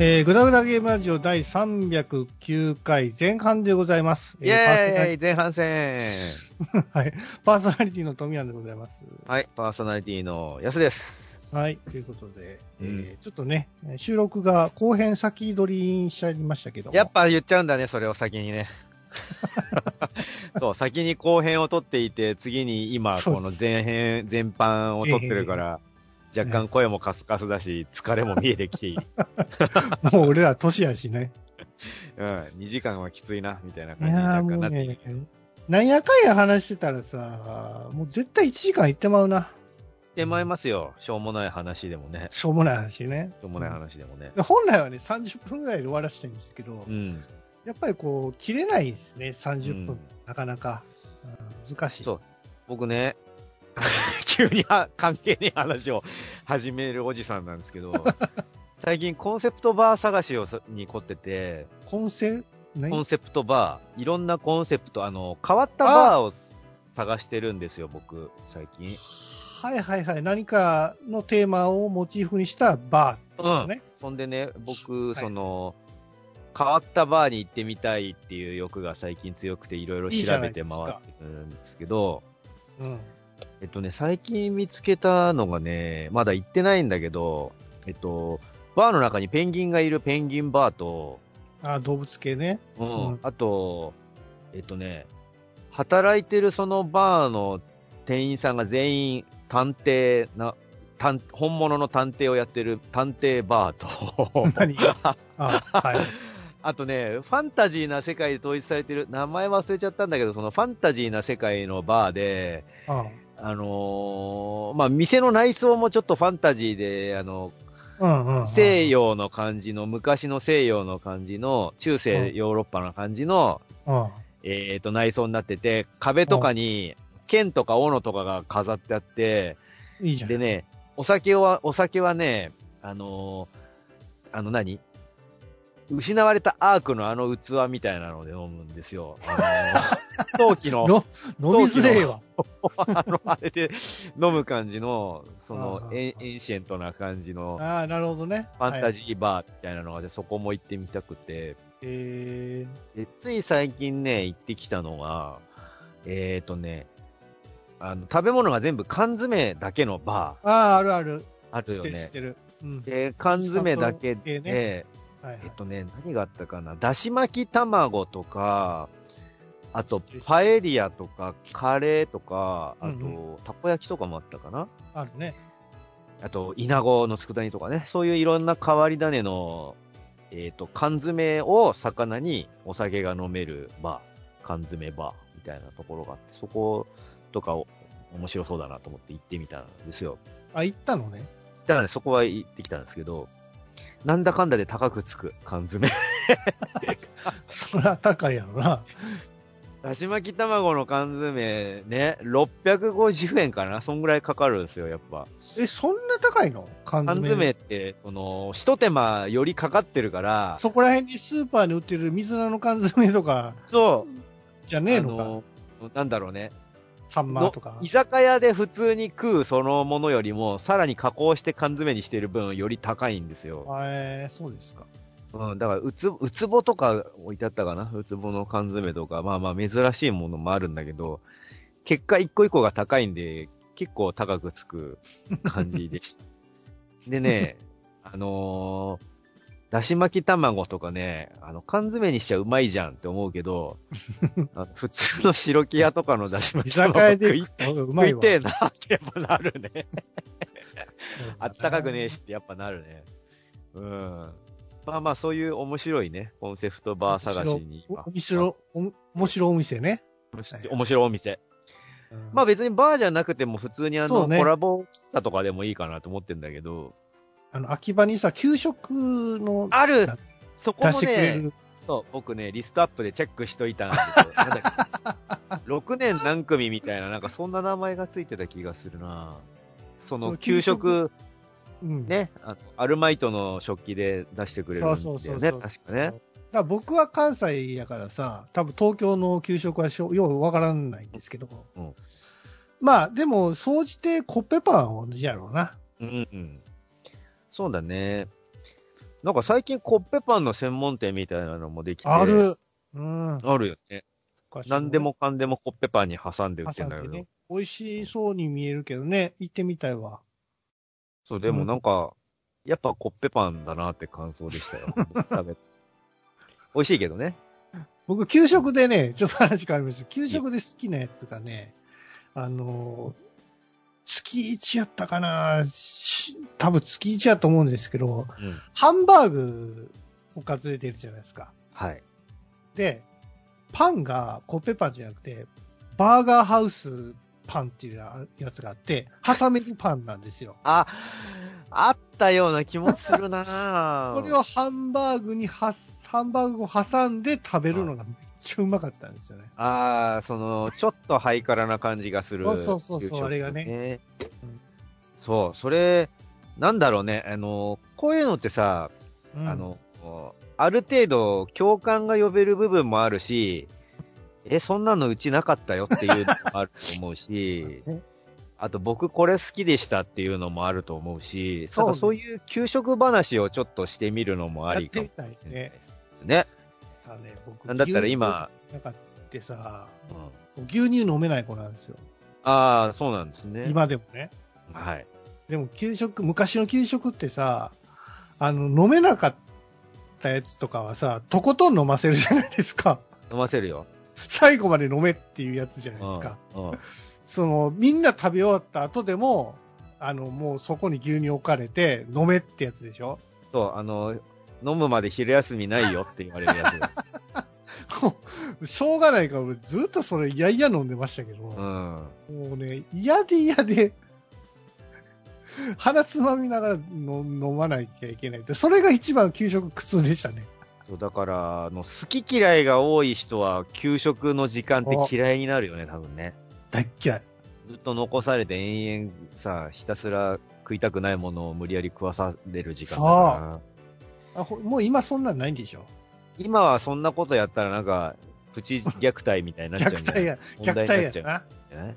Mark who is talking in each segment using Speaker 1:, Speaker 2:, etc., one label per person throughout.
Speaker 1: えー、グダグダゲームラジオ第309回前半でございます。
Speaker 2: イ
Speaker 1: え
Speaker 2: ェーイ前半戦
Speaker 1: ーパーソナリ はい。パーソナリティの富山でございます。
Speaker 2: はい、パーソナリティの安です。
Speaker 1: はい。ということで、えー
Speaker 2: う
Speaker 1: ちょっとね、収録が後編先取りにしちゃいましたけども。
Speaker 2: やっぱ言っちゃうんだね、それを先にね。 そう、先に後編を撮っていて、次に今、
Speaker 1: そうで
Speaker 2: こ
Speaker 1: す
Speaker 2: の前編、前半を撮ってるから、若干声もカスカスだし、疲れも見えてき ていい。
Speaker 1: もう俺ら年やし ね。
Speaker 2: うん、2時間はきついな、みたいない感じに
Speaker 1: やー
Speaker 2: 若
Speaker 1: も
Speaker 2: 干な
Speaker 1: う
Speaker 2: ってき
Speaker 1: ね、なんやかんや話してたらさ、もう絶対1時間行ってまうな。
Speaker 2: てまいりますよ。しょうもない話でもね。
Speaker 1: しょうもない話ね。
Speaker 2: しょうもない話でもね。
Speaker 1: で本来はね、30分ぐらいで終わらせたいんですけど、
Speaker 2: うん。
Speaker 1: やっぱりこう、切れないですね、30分。
Speaker 2: うん
Speaker 1: なかなか、うん難しい。
Speaker 2: そう僕ね、 急には関係ねえ話を始めるおじさんなんです けど、最近コンセプトバー探しをそに凝ってて、
Speaker 1: コンセ何
Speaker 2: コンセプトバー、いろんなコンセプト、あの、変わったバーを探してるんですよ、僕、最近。
Speaker 1: はいはいはい。何かのテーマをモチーフにしたバーとかね。
Speaker 2: そんでね、僕、
Speaker 1: はい
Speaker 2: その、変わったバーに行ってみたいっていう欲が最近強くていろいろ
Speaker 1: いいじゃ
Speaker 2: 調
Speaker 1: な
Speaker 2: べ
Speaker 1: いで
Speaker 2: て
Speaker 1: す
Speaker 2: 回
Speaker 1: か
Speaker 2: ってるんですけど、
Speaker 1: うん。
Speaker 2: えっとね、最近見つけたのがね、まだ行ってないんだけど、えっと、バーの中にペンギンがいるペンギンバーと、
Speaker 1: あ動物系ね。
Speaker 2: うん、
Speaker 1: うん
Speaker 2: あと、えっとね、働いてるそのバーの店員さんが全員探偵な、探本物の探偵をやってる探偵バーと、
Speaker 1: 何があ、はい。
Speaker 2: あとね、ファンタジーな世界で統一されてる、名前忘れちゃったんだけど、そのファンタジーな世界のバーで、
Speaker 1: あ
Speaker 2: あのーまあ、店の内装もちょっとファンタジーで、あの、
Speaker 1: うんうんうん。
Speaker 2: 西洋の感じの、昔の西洋の感じの、中世ヨーロッパの感じの、
Speaker 1: うん。
Speaker 2: えっ、と、内装になってて、壁とかに、剣とか斧とかが飾ってあって、
Speaker 1: いいじゃん。
Speaker 2: でね、お酒は、お酒はね、あのーあの何失われたアークのあの器みたいなので飲むんですよ。あ のー陶器の。
Speaker 1: の飲みづれえわ。
Speaker 2: あの、あれで飲む感じの、その
Speaker 1: あ、あ
Speaker 2: エンエンシェントな感じの、フ
Speaker 1: ああ、なるほどね。
Speaker 2: ァンタ
Speaker 1: ー。
Speaker 2: ジーバーみたいなのがあって、そこも行ってみたくて、
Speaker 1: え
Speaker 2: でつい最近ね、行ってきたのが、えっ、ー、とね、あの、食べ物が全部缶詰だけのバ
Speaker 1: ー、ああ、あるある。
Speaker 2: ーある
Speaker 1: 知っ
Speaker 2: よ
Speaker 1: てる知っ
Speaker 2: ね。
Speaker 1: てる。うん。
Speaker 2: で、缶詰だけ
Speaker 1: インスタント系
Speaker 2: で、
Speaker 1: ねはい
Speaker 2: えっ
Speaker 1: は
Speaker 2: とね、何があったかな、だし巻き卵とか、あと
Speaker 1: 失礼し、ます
Speaker 2: パエリアとか、カレーとか、あと、
Speaker 1: うん
Speaker 2: たこ焼きとかもあったかな。
Speaker 1: い。あるね。
Speaker 2: あと、イナゴの佃煮とかね、そういういろんな変わり種の、えっ、と、缶詰を魚にお酒が飲めるバー、缶詰バーみたいなところがあって、そことかを面白そうだなと思って行ってみたんですよ。
Speaker 1: あ、行ったのね。
Speaker 2: だからね、そこは行ってきたんですけど、なんだかんだで高くつく缶詰。
Speaker 1: そりゃ高いやろな。
Speaker 2: だし巻き卵の缶詰ね、650円かなそんぐらいかかるんですよ、やっぱ。
Speaker 1: え、そんな高いの缶
Speaker 2: 缶
Speaker 1: 詰。
Speaker 2: 詰って、その、一手間よりかかってるから、
Speaker 1: そこら辺にスーパーに売ってる水菜の缶詰とか
Speaker 2: そう、
Speaker 1: じゃねえの
Speaker 2: あ
Speaker 1: か。
Speaker 2: のなんだろうね、
Speaker 1: サンマとか
Speaker 2: の。居酒屋で普通に食うそのものよりも、さらに加工して缶詰にしてる分、より高いんですよ。
Speaker 1: えー、そうですか。
Speaker 2: うん、だからうつ、うつぼとか置いてあったかな、うつぼの缶詰とか、まあまあ珍しいものもあるんだけど、結果、一個一個が高いんで、結構高くつく感じで した。でね、あのーだし巻き卵とかね、あの、缶詰にしちゃうまいじゃんって思う けど、あ普通の白木屋とかのだし
Speaker 1: 居
Speaker 2: 巻き
Speaker 1: 酒
Speaker 2: 卵
Speaker 1: 屋で
Speaker 2: 食い
Speaker 1: 食った方がうま
Speaker 2: 食
Speaker 1: い
Speaker 2: い
Speaker 1: わ。
Speaker 2: てえなってやっぱなるね。
Speaker 1: そうだな
Speaker 2: あったかくねえしってやっぱなるね。うん。まあまあそういう面白いね、コンセプトバー探しに。
Speaker 1: お面白、お面白お店ね。
Speaker 2: あ面白いお店。
Speaker 1: うん
Speaker 2: まあ別にバーじゃなくても普通にあ
Speaker 1: そう
Speaker 2: の、
Speaker 1: ね
Speaker 2: コラボ喫茶とかでもいいかなと思ってんだけど。
Speaker 1: あの、秋葉にさ、給食の
Speaker 2: あるそこ
Speaker 1: 出
Speaker 2: も
Speaker 1: してくれ
Speaker 2: ね、
Speaker 1: る。
Speaker 2: そう、僕ね、リストアップでチェックしといたんだけど、なんだっけ6年何組みたいな、なんかそんな名前がついてた気がするな。そ
Speaker 1: そ
Speaker 2: の
Speaker 1: の給
Speaker 2: 給
Speaker 1: 食
Speaker 2: 食、
Speaker 1: うん。
Speaker 2: ね、あのアルマイトの食器で出してくれるんだよね、
Speaker 1: そうそうそうそう
Speaker 2: 確か
Speaker 1: だ
Speaker 2: ね
Speaker 1: か。ら僕は関西やからさ、多分東京の給食はしょようわからないんですけど。
Speaker 2: うん
Speaker 1: まあ、でも、総じてコッペパンは同じやろうな。
Speaker 2: うんうん。そうだね。なんか最近コッペパンの専門店みたいなのもできて。
Speaker 1: あ。る。うん。
Speaker 2: あるよね。
Speaker 1: 昔の
Speaker 2: 何でもかんでもコッペパンに挟んで売って
Speaker 1: 挟
Speaker 2: ん
Speaker 1: ん
Speaker 2: だけ
Speaker 1: で
Speaker 2: ど。
Speaker 1: ね。美味しそうに見えるけどね。行ってみたいわ。
Speaker 2: そう、でもなんか、やっぱコッペパンだなって感想でし たよ。食べ美味しいけどね。
Speaker 1: 僕、給食でね、ちょっと話変わりますけど給食で好きなやつがね、あのー月1やったかなし多分月1やと思うんですけど、
Speaker 2: うん。
Speaker 1: ハンバーグおかずで出るじゃないですか。
Speaker 2: はい。
Speaker 1: で、パンがコッペパンじゃなくて、バーガーハウスパンっていうやつがあって、挟めるパンなんですよ。
Speaker 2: あ、あったような気もする な
Speaker 1: それをハンバーグには、ハンバーグを挟んで食べるのがめっちゃうまかったんですよね。
Speaker 2: ああ、その、ちょっとハイカラな感じがする。
Speaker 1: そうそうそうそう
Speaker 2: 給食
Speaker 1: あれがねうん
Speaker 2: そう、それ、なんだろうね。あの、こういうのってさ、
Speaker 1: うん
Speaker 2: あ、の、ある程度共感が呼べる部分もあるし、え、そんなのうちなかったよっていうのもあると思 うし、
Speaker 1: ね
Speaker 2: あと僕これ好きでしたっていうのもあると思うし、
Speaker 1: そうね
Speaker 2: なんかそういう給食話をちょっとしてみるのもあ
Speaker 1: やっ
Speaker 2: り
Speaker 1: て
Speaker 2: かも
Speaker 1: み。たいね。
Speaker 2: ですね。
Speaker 1: だね僕
Speaker 2: なんだったら今、
Speaker 1: 牛乳なんかってさ、
Speaker 2: うん
Speaker 1: 牛乳飲めない子なんですよ。
Speaker 2: ああ、そうなんですね。
Speaker 1: 今でもね。
Speaker 2: はい。
Speaker 1: でも給食、昔の給食ってさ、あの、飲めなかったやつとかはさ、とことん飲ませるじゃないですか。
Speaker 2: 飲ませるよ。
Speaker 1: 最後まで飲めっていうやつじゃないですか。
Speaker 2: うん。うん
Speaker 1: その、みんな食べ終わった後でも、あの、もうそこに牛乳置かれて、飲めってやつでしょ
Speaker 2: そう、あの、飲むまで昼休みないよって言われるやつ。
Speaker 1: しょうがないから俺ずっとそれいやいや飲んでましたけ
Speaker 2: う
Speaker 1: ど、
Speaker 2: ん。
Speaker 1: もうね、嫌で嫌で、鼻つまみながらの飲まなきゃいけないって、それが一番給食苦痛でしたね。
Speaker 2: そうだから、あの好き嫌いが多い人は、給食の時間って嫌いになるよね、多分ね。
Speaker 1: 大っ嫌い。
Speaker 2: ずっと残されて延々さ、ひたすら食いたくないものを無理やり食わされる時間だから。
Speaker 1: あほもう今そんなんないんでしょ
Speaker 2: 今はそんなことやったらなんか、プチ虐待みたいになっちゃう
Speaker 1: 虐
Speaker 2: んじゃな
Speaker 1: 待
Speaker 2: い
Speaker 1: や、
Speaker 2: 問
Speaker 1: 虐
Speaker 2: 題になっ
Speaker 1: 待
Speaker 2: ち
Speaker 1: や
Speaker 2: ゃうん
Speaker 1: な。
Speaker 2: じゃない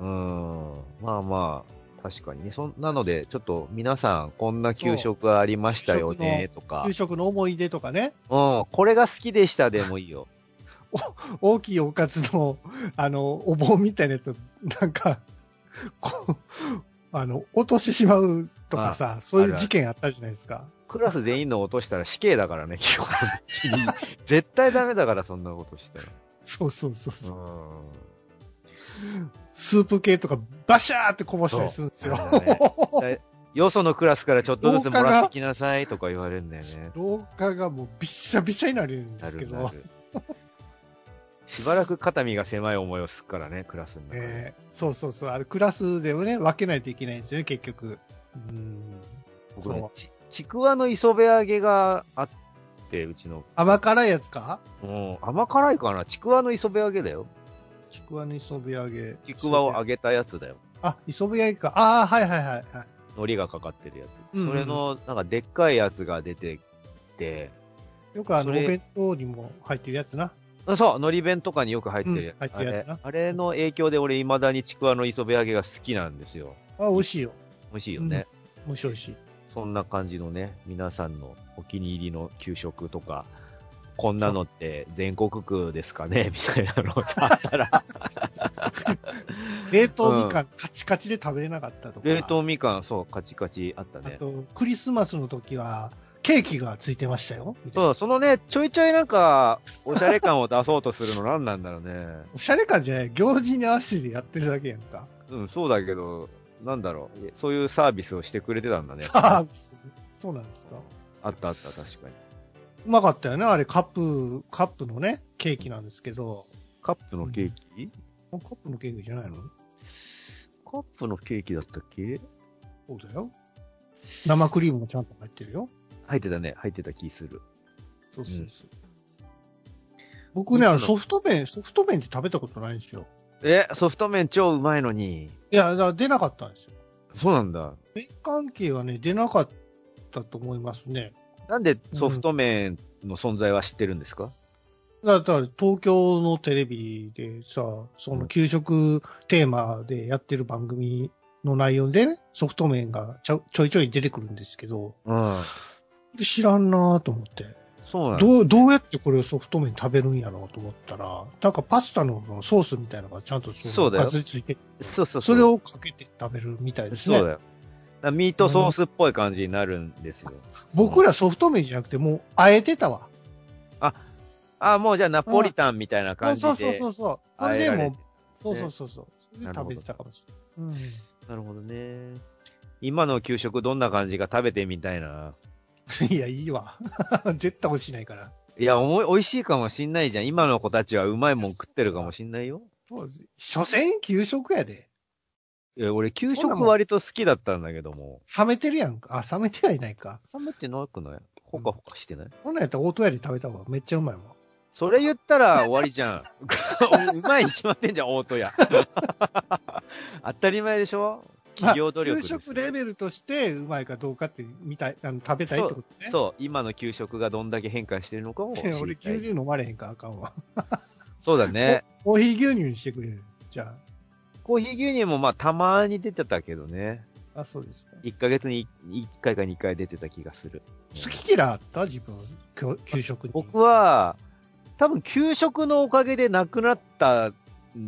Speaker 1: うん
Speaker 2: うん。まあまあ、確かにね。そんなので、ちょっと皆さん、こんな給食がありましたよね、とか
Speaker 1: 給。食の思い出とかね、
Speaker 2: うん、これが好きでしたでもいいよ。
Speaker 1: 大きいおかずの、あの、お盆みたいなやつを、なんか、こう、あの、落としてしまうとかさ、そういう事件あったじゃないですか。
Speaker 2: クラス全員の落としたら死刑だからね、基本的に。絶対ダメだから、そんなことしたら。
Speaker 1: そうそうそうそう、
Speaker 2: うん。
Speaker 1: スープ系とかバシャーってこぼしたりするんですよ。
Speaker 2: そうだねよそのクラスからちょっとずつもらってきなさいとか言われるんだよね。
Speaker 1: 廊下がもうびっしゃびしゃになるんで
Speaker 2: な
Speaker 1: すけ
Speaker 2: る
Speaker 1: ど、
Speaker 2: なる。しばらく肩身が狭い思いをするからね、クラスの中で。
Speaker 1: えーそうそうそう、あれクラスでもね、分けないといけないんですよね、結局。うん
Speaker 2: 僕ね
Speaker 1: そう
Speaker 2: ち、ちくわの磯辺揚げがあって、うちの。
Speaker 1: 甘辛いやつか
Speaker 2: うん、甘辛いかなちくわの磯辺揚げだよ。
Speaker 1: ちくわに磯辺揚げ。
Speaker 2: ちくわを揚
Speaker 1: げ。
Speaker 2: げたやつだよ。
Speaker 1: あ、磯辺揚げか。ああ、はいはいはいはい。
Speaker 2: 海苔がかかってるやつ。
Speaker 1: うんうん
Speaker 2: それの、なんかでっかいやつが出てきて、
Speaker 1: よくあの、お
Speaker 2: それ
Speaker 1: 弁当にも入ってるやつな。
Speaker 2: あそう、海苔弁とかによく入ってるやつ。
Speaker 1: うん入ってるやつな
Speaker 2: あれあれの影響で俺未だにちくわの磯辺揚げが好きなんですよ。
Speaker 1: あ、美味しいよ。
Speaker 2: 美味しいよね。
Speaker 1: 面白いし。
Speaker 2: そんな感じのね、皆さんのお気に入りの給食とか、こんなのって全国区ですかね みたいなのがあったら、
Speaker 1: 冷凍みかん、カチカチで食べれなかったとか。
Speaker 2: 冷凍みかん、そう、カチカチあった
Speaker 1: あ
Speaker 2: ね。
Speaker 1: と、クリスマスの時は、ケーキがついてましたよ。みたいな
Speaker 2: そう、そのね、ちょいちょいなんか、おしゃれ感を出そうとするの何なんだろうね。
Speaker 1: おしゃれ感じゃない。行事に合わせてやってるだけやんか。
Speaker 2: うん、そうだけど、なんだろう。そういうサービスをしてくれてたんだね。
Speaker 1: ああ、そうなんですか。
Speaker 2: あったあった、確かに。
Speaker 1: うまかったよね。あれ、カップ、カップのね、ケーキなんですけど。
Speaker 2: カップのケーキ、
Speaker 1: カップのケーキじゃないの
Speaker 2: カップのケーキだったっけ
Speaker 1: そうだよ。生クリームもちゃんと入ってるよ。
Speaker 2: 入ってたね、入ってた気する。
Speaker 1: そう
Speaker 2: そう
Speaker 1: そう。僕ね、あの、
Speaker 2: そ
Speaker 1: ソフト麺、ソフト麺って食べたことないんですよ。
Speaker 2: え、ソフト麺超うまいのに。
Speaker 1: いや、だから出なかったんですよ。
Speaker 2: そうなんだ。
Speaker 1: 麺関係はね、出なかったと思いますね。
Speaker 2: なんでソフト麺の存在は知ってるんですか、
Speaker 1: だから、東京のテレビでさ、その給食テーマでやってる番組の内容でね、ソフト麺がちょちょいちょい出てくるんですけど、
Speaker 2: うん、
Speaker 1: 知らんなと思って。
Speaker 2: そうなんです
Speaker 1: どう、どうやってこれをソフト麺に食べるんやろうと思ったら、なんかパスタのソースみたいなのがちゃんと
Speaker 2: そうだよ
Speaker 1: がずりついて、
Speaker 2: そうそう
Speaker 1: それをかけて食べるみたいです
Speaker 2: そうだよ。
Speaker 1: ね。
Speaker 2: だからミートソースっぽい感じになるんですよ。
Speaker 1: 僕らソフト麺じゃなくて、もう、あえてたわ。
Speaker 2: あ、もうじゃあナポリタンみたいな
Speaker 1: あ
Speaker 2: 感じで。
Speaker 1: そうそうそうそう。そ
Speaker 2: あ
Speaker 1: れ
Speaker 2: え
Speaker 1: で
Speaker 2: られ
Speaker 1: も
Speaker 2: て
Speaker 1: う、そうそうそうそう。それで食べてたかもしれない。うん。
Speaker 2: なるほどね。今の給食どんな感じか食べてみたいな。
Speaker 1: いや、いいわ。絶対欲しないから。
Speaker 2: いや、おもい美味しいかもしんないじゃん。今の子たちはうまいもん食ってるかもしんないよ。
Speaker 1: そうです。所詮、給食やで。
Speaker 2: いや、俺、給
Speaker 1: そんな
Speaker 2: 食
Speaker 1: もん
Speaker 2: 割と好きだったんだけども。
Speaker 1: 冷めてるやんか。あ、冷めてはいないか。
Speaker 2: 冷めてなくないほかほかしてない、
Speaker 1: こんなんやったらオートヤで食べた方がめっちゃうまいもん。
Speaker 2: それ言ったら終わりじゃ ん。うまいに決まってんじゃん、大戸屋。 当たり前でしょ企業努力
Speaker 1: まあ
Speaker 2: です
Speaker 1: 給
Speaker 2: よ
Speaker 1: 食レベルとしてうまいかどうかって見たい、あの食べたいってことね。
Speaker 2: そう、今の給食がどんだけ変化してるのかを知 り
Speaker 1: 俺
Speaker 2: た
Speaker 1: 牛
Speaker 2: い。
Speaker 1: 乳飲まれへんからあかんわ。
Speaker 2: そうだね。
Speaker 1: コーヒー牛乳にしてくれる。じゃ
Speaker 2: コーヒー牛乳もまあたまに出てたけどね。
Speaker 1: あ。あ、そうですか。
Speaker 2: 1ヶ月に1回か2回出てた気がする。
Speaker 1: 好き嫌いあった自分、きょ給食に。
Speaker 2: 僕は、多分給食のおかげでなくなったん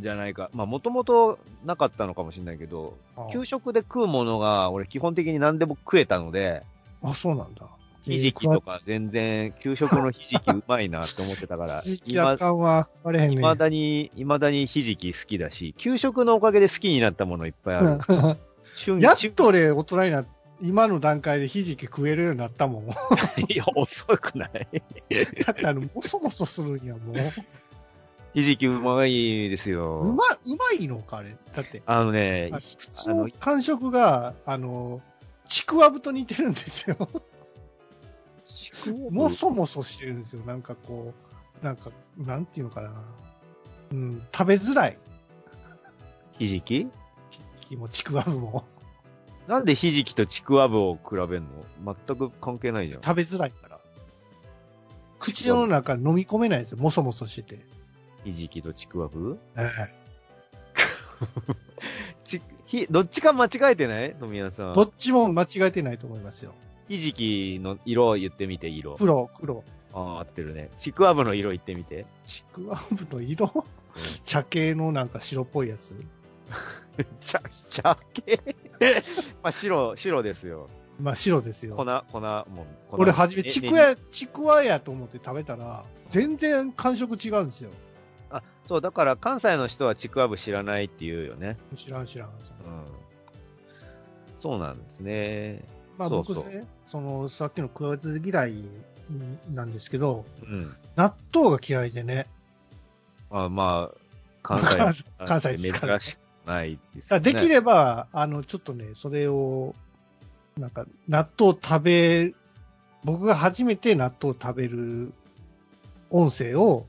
Speaker 2: じゃないか。まあもともとなかったのかもしれないけど、
Speaker 1: あ
Speaker 2: 給食で食うものが俺基本的に何でも食えたので、
Speaker 1: あ、そうなんだ。
Speaker 2: ひじきとか全然給食のひじきうまいなって思ってたから、
Speaker 1: ひじきあかんわ。あれへんね
Speaker 2: い
Speaker 1: ん。
Speaker 2: まだに、いまだにひじき好きだし、給食のおかげで好きになったものいっぱいある。
Speaker 1: うん
Speaker 2: 春
Speaker 1: やっと俺大人になっ今の段階でひじき食えるようになったもん。だ
Speaker 2: 春いや、遅くない
Speaker 1: ってあの、もそもそするんや、もう。
Speaker 2: ひじきうまいですよ。
Speaker 1: うま、うまいのか、あれ。だって。
Speaker 2: あのね、
Speaker 1: あ
Speaker 2: ひ
Speaker 1: 普
Speaker 2: あ
Speaker 1: 通
Speaker 2: の
Speaker 1: の感触が、あの、ちくわぶと似てるんですよ。もそもそしてるんですよ。なんかこう、なんか、なんていうのかな。うん、食べづらい。
Speaker 2: ひじき
Speaker 1: もうちくわぶも。
Speaker 2: なんでひじきとちくわぶを比べんの全く関係ないじゃん。
Speaker 1: 食べづらいから。口の中飲み込めないんですよ。もそもそしてて。
Speaker 2: ひじきとちくわぶ
Speaker 1: え
Speaker 2: ちひどっちか間違えてない富谷さ
Speaker 1: えど
Speaker 2: ん。
Speaker 1: っちも間違えてないと思いますよ。
Speaker 2: ひじきの色を言ってみて、色。
Speaker 1: 黒、黒。
Speaker 2: ああ、合ってるね。ちくわぶの色言ってみて。
Speaker 1: ちくわぶの色茶系のなんか白っぽいやつ。
Speaker 2: 茶、茶 系まあ、白、白ですよ。
Speaker 1: まあ白ですよ
Speaker 2: 粉、。粉、もう、粉
Speaker 1: 俺初め
Speaker 2: ね
Speaker 1: ちくわ、ちくわやと思って食べたら、全然感触違うんですよ。
Speaker 2: あ、そう、だから関西の人はちくわぶ知らないって言うよね。
Speaker 1: 知らん知らん。
Speaker 2: うん。そうなんですね。
Speaker 1: まあ
Speaker 2: そう
Speaker 1: 僕
Speaker 2: そ
Speaker 1: ね、
Speaker 2: う
Speaker 1: その、さっきの食わず嫌いなんですけど、
Speaker 2: うん。
Speaker 1: 納豆が嫌いでね。
Speaker 2: あまあ、関西の人は
Speaker 1: 関西ですからね
Speaker 2: 珍しくないです
Speaker 1: だ
Speaker 2: よ
Speaker 1: か
Speaker 2: ね。
Speaker 1: らできれば、あの、ちょっとね、それを、なんか、納豆食べ、僕が初めて納豆食べる音声を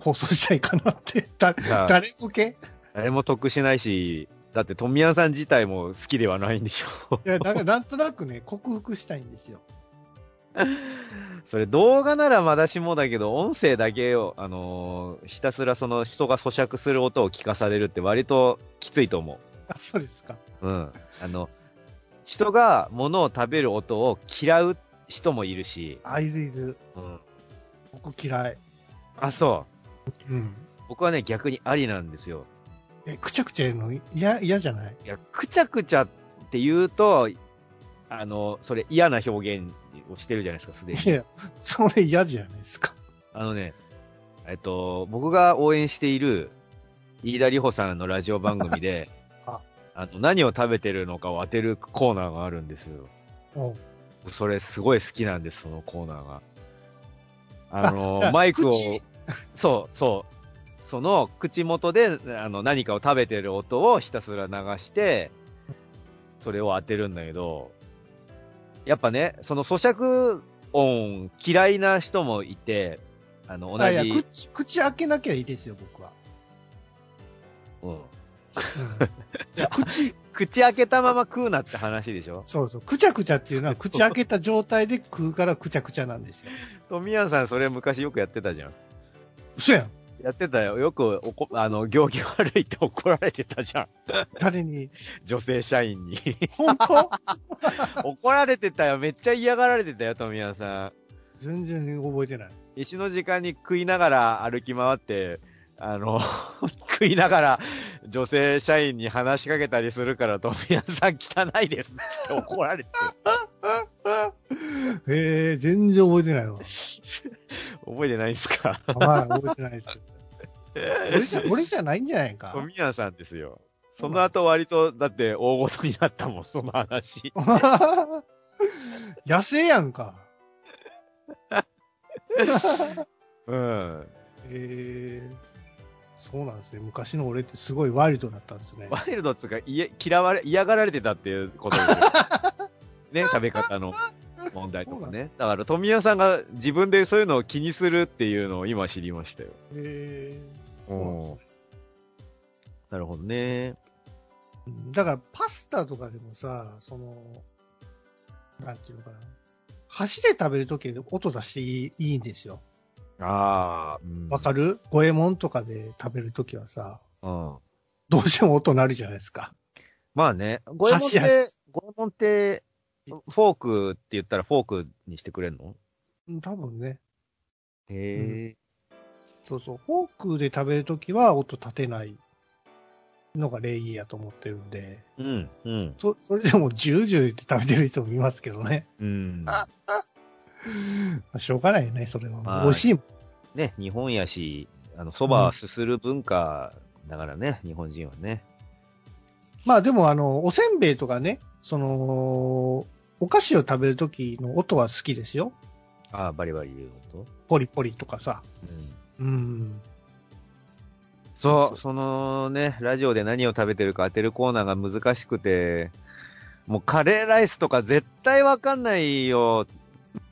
Speaker 1: 放送したいかなって、 だ
Speaker 2: あ
Speaker 1: 誰向け
Speaker 2: 誰も得しないし、だって富谷さん自体も好きではないんでしょ。
Speaker 1: いや、なんかなんとなくね、克服したいんですよ。
Speaker 2: それ動画ならまだしもだけど、音声だけを、あのーひたすらその人が咀嚼する音を聞かされるって割ときついと思
Speaker 1: あ、そうですか。
Speaker 2: う。うん。あの、人が物を食べる音を嫌う人もいるし、
Speaker 1: アイズイズ、
Speaker 2: うん。
Speaker 1: 僕嫌い。
Speaker 2: あ、そう。
Speaker 1: うん。
Speaker 2: 僕はね、逆にありなんですよ。
Speaker 1: え、くちゃくちゃ言うの嫌、嫌じゃない
Speaker 2: いや、くちゃくちゃって言うと、あの、それ嫌な表現をしてるじゃないですか、すで
Speaker 1: い
Speaker 2: に。
Speaker 1: や、それ嫌じゃないですか。
Speaker 2: あのね、えっと、僕が応援している、飯田里穂さんのラジオ番組で
Speaker 1: あ、
Speaker 2: あの、何を食べてるのかを当てるコーナーがあるんですよ。
Speaker 1: おう
Speaker 2: それすごい好きなんです、そのコーナーが。あの、
Speaker 1: あ
Speaker 2: マイクを
Speaker 1: 口、
Speaker 2: そう、そう、その口元であの何かを食べてる音をひたすら流して、それを当てるんだけど、やっぱね、その咀嚼音嫌いな人もいて、あの、同
Speaker 1: あいや
Speaker 2: じ、
Speaker 1: 口、口開けなきゃいいですよ、僕は。
Speaker 2: うん
Speaker 1: いや口、
Speaker 2: 口開けたまま食うなって話でしょ
Speaker 1: そうそう、くちゃくちゃっていうのは、口開けた状態で食うからくちゃくちゃなんですよ。
Speaker 2: 富谷さんそれ昔よくやってたじゃん。
Speaker 1: 嘘やん。
Speaker 2: やってたよ。よく、おこ、あの、行儀悪いって怒られてたじゃん。
Speaker 1: 誰に、
Speaker 2: 女性社員に。
Speaker 1: 本当
Speaker 2: 怒られてたよ。めっちゃ嫌がられてたよ、富谷さん。
Speaker 1: 全然覚えてない。
Speaker 2: 石の時間に食いながら歩き回って、あの、 食いながら女性社員に話しかけたりするから、富谷さん汚いですって怒られて、
Speaker 1: えー、全然覚えてないわ。
Speaker 2: 覚えてないですか
Speaker 1: はい、覚えてないです。俺じゃ、俺じゃないんじゃないか。
Speaker 2: 富谷さんですよ。その後割と、だって大ごとになったもん、その話。
Speaker 1: 野生やんか。
Speaker 2: うん。
Speaker 1: えー、そうなんですね。昔の俺ってすごいワイルドだったんですね。
Speaker 2: ワイルドっつうか、いえ嫌われ、嫌がられてたっていうこと ですよね、食べ方の問題とかね。だから、富谷さんが自分でそういうのを気にするっていうのを今知りましたよ。
Speaker 1: え
Speaker 2: うんなるほどね。
Speaker 1: ー、だからパスタとかでもさ、その、なんていうのかな。箸で食べるとき音出していいいいんですよ。
Speaker 2: ああ、うん
Speaker 1: わかる五右衛門とかで食べるときはさ、
Speaker 2: うん。
Speaker 1: どうしても音鳴るじゃないですか。
Speaker 2: まあね、五右衛門っ
Speaker 1: 箸や
Speaker 2: て、五右衛門って、フォークって言ったらフォークにしてくれるの
Speaker 1: うん多分ね。
Speaker 2: へえ、
Speaker 1: そうそう。フォークで食べるときは音立てないのが礼儀やと思ってるんで、
Speaker 2: うん、うん、
Speaker 1: そそれでもジュージューって食べてる人もいますけどね。
Speaker 2: うん。
Speaker 1: まあしょうがないよね、それは。
Speaker 2: はい
Speaker 1: 美味しいもん。
Speaker 2: ね、日本やし、あの、蕎麦はすする文化だからね、日本人はね。
Speaker 1: まあでも、あの、おせんべいとかね、その、お菓子を食べるときの音は好きですよ。
Speaker 2: ああ、バリバリ言うこと。
Speaker 1: ポリポリとかさ。
Speaker 2: うん。
Speaker 1: うん。
Speaker 2: そ、
Speaker 1: そう
Speaker 2: そのね、ラジオで何を食べてるか当てるコーナーが難しくて、もうカレーライスとか絶対わかんないよ。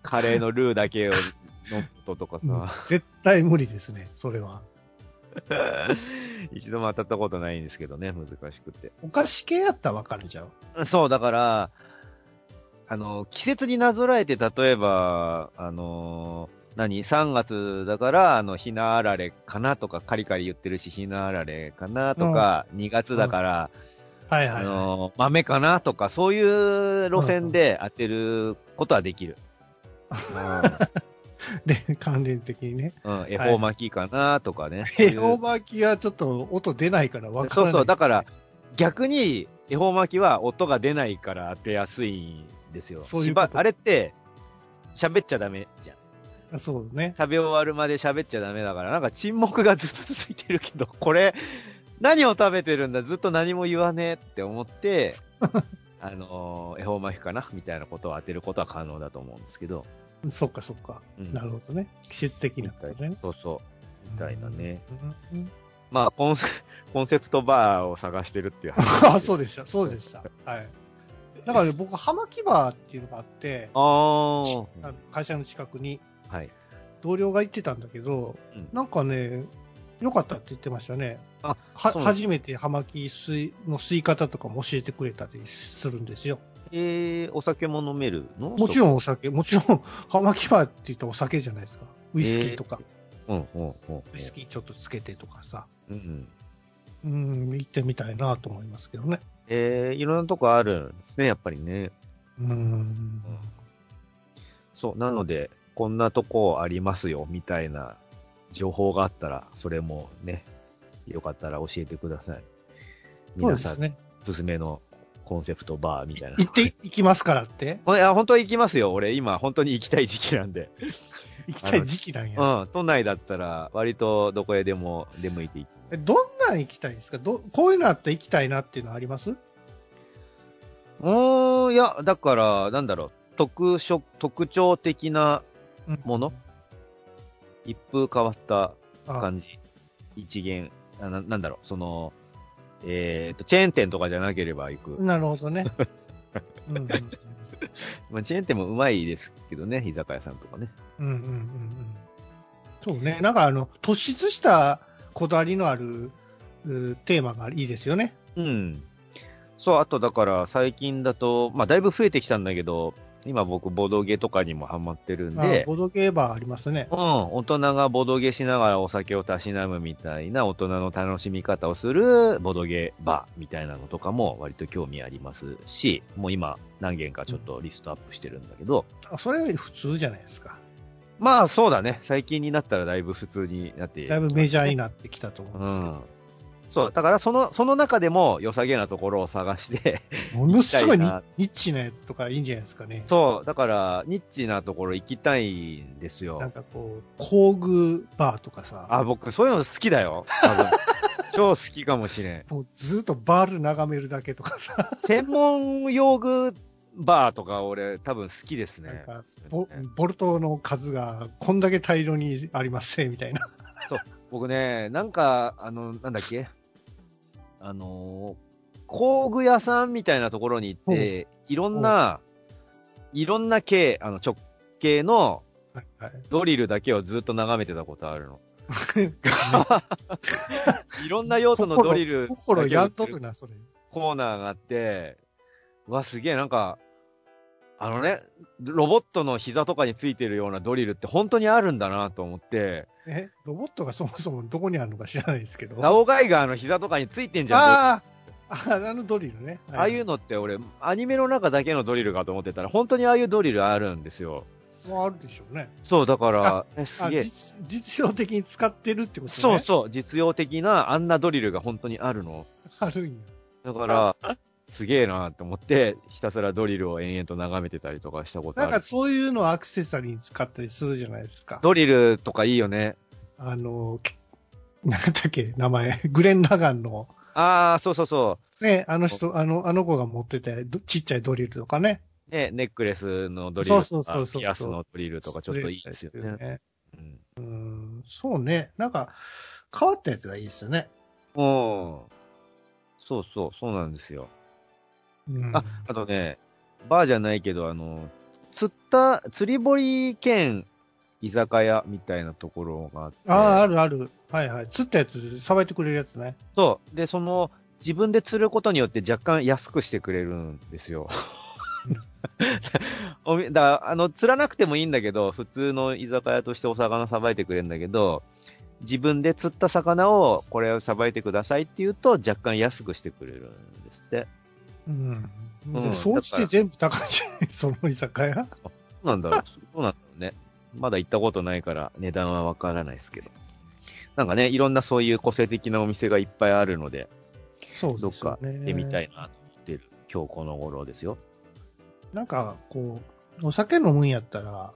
Speaker 2: カレーのルーだ けを、のこととか
Speaker 1: うん
Speaker 2: さ、
Speaker 1: 絶対無理ですね、それは。
Speaker 2: 一度も当たったことないんですけどね、難しくて。
Speaker 1: お菓子系やったらわかるじゃん。
Speaker 2: そう、だから、あの、季節になぞらえて、例えば、あの、何 ?3 月だから、あの、ひなあられかなとか、カリカリ言ってるし、ひなあられかなとか、2月だから、
Speaker 1: はいはい、は
Speaker 2: あ
Speaker 1: い。
Speaker 2: の豆かなとか、そういう路線で当てることは できる。
Speaker 1: で、関連的にね。
Speaker 2: うん、うん恵方巻きかなとかね。そうい
Speaker 1: 恵
Speaker 2: う
Speaker 1: 方巻きはちょっと音出ないからわから
Speaker 2: そ
Speaker 1: な
Speaker 2: う
Speaker 1: い。
Speaker 2: そう、だから、逆に恵方巻きは音が出ないから当てやすいんですよ。
Speaker 1: そういうこと
Speaker 2: しばあれって、喋っちゃダメじゃん。
Speaker 1: ら。そうね。
Speaker 2: 食べ終わるまで喋っちゃダメだから、なんか沈黙がずっと続いてるけど、 これ、何を食べてるんだずっと何も言わねえって 思って、あのー恵方巻きかなみたいなことを当てることは可能だと思うんですけど。
Speaker 1: そっかそっか。
Speaker 2: うん
Speaker 1: なるほどね。季節的なことね。
Speaker 2: そうそう。みたいなね。
Speaker 1: うんうん
Speaker 2: まあ、コンセ、コンセプトバーを探してるっていう話。
Speaker 1: あそうでした、そうでした。はい。だから、ね、僕、ハマキバーっていうのがあって、
Speaker 2: あー
Speaker 1: あの会社の近くに
Speaker 2: はい。
Speaker 1: 同僚が行ってたんだけど、
Speaker 2: うん
Speaker 1: なんかね、良かったって言ってましたね。
Speaker 2: あ
Speaker 1: は
Speaker 2: そうなんだ
Speaker 1: 初めてハマキ吸いの吸い方とかも教えてくれたりするんですよ。
Speaker 2: えー、お酒も飲めるの
Speaker 1: もちろんお酒、もちろん ハマキバーって言ったらお酒じゃないですか。ウイスキーとか、
Speaker 2: ん。うん、うん、うん。
Speaker 1: ウイスキーちょっとつけてとかさ。
Speaker 2: うん。
Speaker 1: うん、行ってみたいなと思いますけどね。
Speaker 2: えー、いろんなとこあるんですね、やっぱりね。
Speaker 1: うん。
Speaker 2: そう、なので、こんなとこありますよ、みたいな情報があったら、それもね、よかったら教えてくださ
Speaker 1: そ
Speaker 2: い。
Speaker 1: う
Speaker 2: 皆
Speaker 1: で
Speaker 2: さ
Speaker 1: す
Speaker 2: ん、
Speaker 1: ね。
Speaker 2: おすすめのコンセプトバーみたいな。
Speaker 1: 行っていきますからって
Speaker 2: いや、本当に行きますよ。俺、今、本当に行きたい時期なんで。
Speaker 1: 行きたい時期なんや。
Speaker 2: うん、都内だったら、割とどこへでも出向いていい。
Speaker 1: えどんなん行きたいですかどこういうのあったら行きたいなっていうのはあります
Speaker 2: うーん、いや、だから、なんだろう、特色、特徴的なもの、一風変わった
Speaker 1: あ
Speaker 2: 感じ。一元あな、なんだろう、その、えっ、と、チェーン店とかじゃなければ行く。
Speaker 1: なるほど ね。うんうんうん
Speaker 2: まあ、チェーン店もうまいですけどね、居酒屋さんとかね。
Speaker 1: うんうんうんうんそうね。なんかあの、突出したこだわりのあるうテーマがいいですよね。
Speaker 2: うん。そう、あとだから、最近だと、まあ、だいぶ増えてきたんだけど、今僕、ボドゲとかにもハマってるん
Speaker 1: あ
Speaker 2: で、
Speaker 1: ボドゲーバーありますね
Speaker 2: うん、。大人がボドゲしながらお酒をたしなむみたいな大人の楽しみ方をするボドゲバーみたいなのとかも割と興味ありますし、もう今何件かちょっとリストアップしてるんだけど、
Speaker 1: あそれ普通じゃないですか。
Speaker 2: まあそうだね、最近になったらだいぶ普通になって、
Speaker 1: だいぶメジャーになってきたと思うん
Speaker 2: う
Speaker 1: ですけど、
Speaker 2: ん。そう、だからその、その中でも良さげなところを探して、
Speaker 1: ものすごい
Speaker 2: 行き
Speaker 1: ニ
Speaker 2: たいな
Speaker 1: ニッチなやつとかいいんじゃないですかね。
Speaker 2: そう、だから、ニッチなところ行きたいんです
Speaker 1: なん
Speaker 2: よ。
Speaker 1: かこう、工具バーとかさ、
Speaker 2: あ、僕、そういうの好きだよ。多 分超好きかもしれん。
Speaker 1: もうずっとバール眺めるだけとかさ、
Speaker 2: 専門用具バーとか俺多分好きです
Speaker 1: なん
Speaker 2: ね。
Speaker 1: かボボルトの数がこんだけ大量にありますねみたいな。
Speaker 2: 僕ね、なんか、あの、なんだっけあのー工具屋さんみたいなところに行って、いろんな、いろんな系、あの直径の
Speaker 1: はいはい
Speaker 2: ドリルだけをずっと眺めてたことあ るの。 いろんな用途のドリルだ
Speaker 1: 心
Speaker 2: けを
Speaker 1: や
Speaker 2: 売っ
Speaker 1: っと
Speaker 2: てる
Speaker 1: るな、それ。
Speaker 2: コーナーがあって、うわ、すげえ、なんか、あのね、ロボットの膝とかについてるようなドリルって本当にあるんだなと思って、
Speaker 1: え、ロボットがそもそもどこにあるのか知らないですけど。
Speaker 2: ラオガイガーの膝とかについてんじゃん。あ
Speaker 1: あーあ、あのドリルね。は
Speaker 2: あいうのって俺、アニメの中だけのドリルかと思ってたら、本当にああいうドリルあるんですよ。
Speaker 1: もうあるでしょうね。
Speaker 2: そう、だから、えす
Speaker 1: あ
Speaker 2: げえ。
Speaker 1: 実実用的に使ってるってことね。
Speaker 2: そうそう、実用的なあんなドリルが本当にあるの。
Speaker 1: あるんよ。
Speaker 2: だから、すげえなと思って、ひたすらドリルを延々と眺めてたりとかしたことあ
Speaker 1: なん
Speaker 2: る。
Speaker 1: かそういうのをアクセサリーに使ったりするじゃないですか。
Speaker 2: ドリルとかいいよね。
Speaker 1: あの、けなんだっけ、名前、グレン・ラガンの、
Speaker 2: ああ、そうそうそう。
Speaker 1: ね、あの人、あの、あの子が持ってたどちっちゃいドリルとかね。
Speaker 2: ね、ネックレスのドリ
Speaker 1: そう
Speaker 2: ル
Speaker 1: そ
Speaker 2: と
Speaker 1: うそう
Speaker 2: か、
Speaker 1: そう
Speaker 2: ピアスのドリルとか、ちょっといいですよ
Speaker 1: そう
Speaker 2: ね。
Speaker 1: ねう
Speaker 2: うん
Speaker 1: ん、そうね。なんか、変わったやつがいいですよね。
Speaker 2: うん。そうそう、そうなんですよ。
Speaker 1: うん、
Speaker 2: あ、あとね、バーじゃないけど、あの、釣った、釣り堀兼居酒屋みたいなところがあって。
Speaker 1: あー、あるある。はいはい。釣ったやつ、さばいてくれるやつね。
Speaker 2: そう。で、その、自分で釣ることによって若干安くしてくれるんですよ。 おみだからあの、釣らなくてもいいんだけど、普通の居酒屋としてお魚さばいてくれるんだけど、自分で釣った魚をこれをさばいてくださいって言うと若干安くしてくれるんですって。
Speaker 1: うん。
Speaker 2: うん
Speaker 1: でそうして全部高いじゃない その居酒屋。
Speaker 2: どうなんだろうどうなんだろうね。まだ行ったことないから値段はわからないですけど。なんかね、いろんなそういう個性的なお店がいっぱいあるので、
Speaker 1: そう
Speaker 2: ど
Speaker 1: で
Speaker 2: っ
Speaker 1: すよ
Speaker 2: か
Speaker 1: ね。
Speaker 2: 行ってみたいなと思ってる、今日この頃ですよ。
Speaker 1: なんか、こう、お酒飲むんやったら、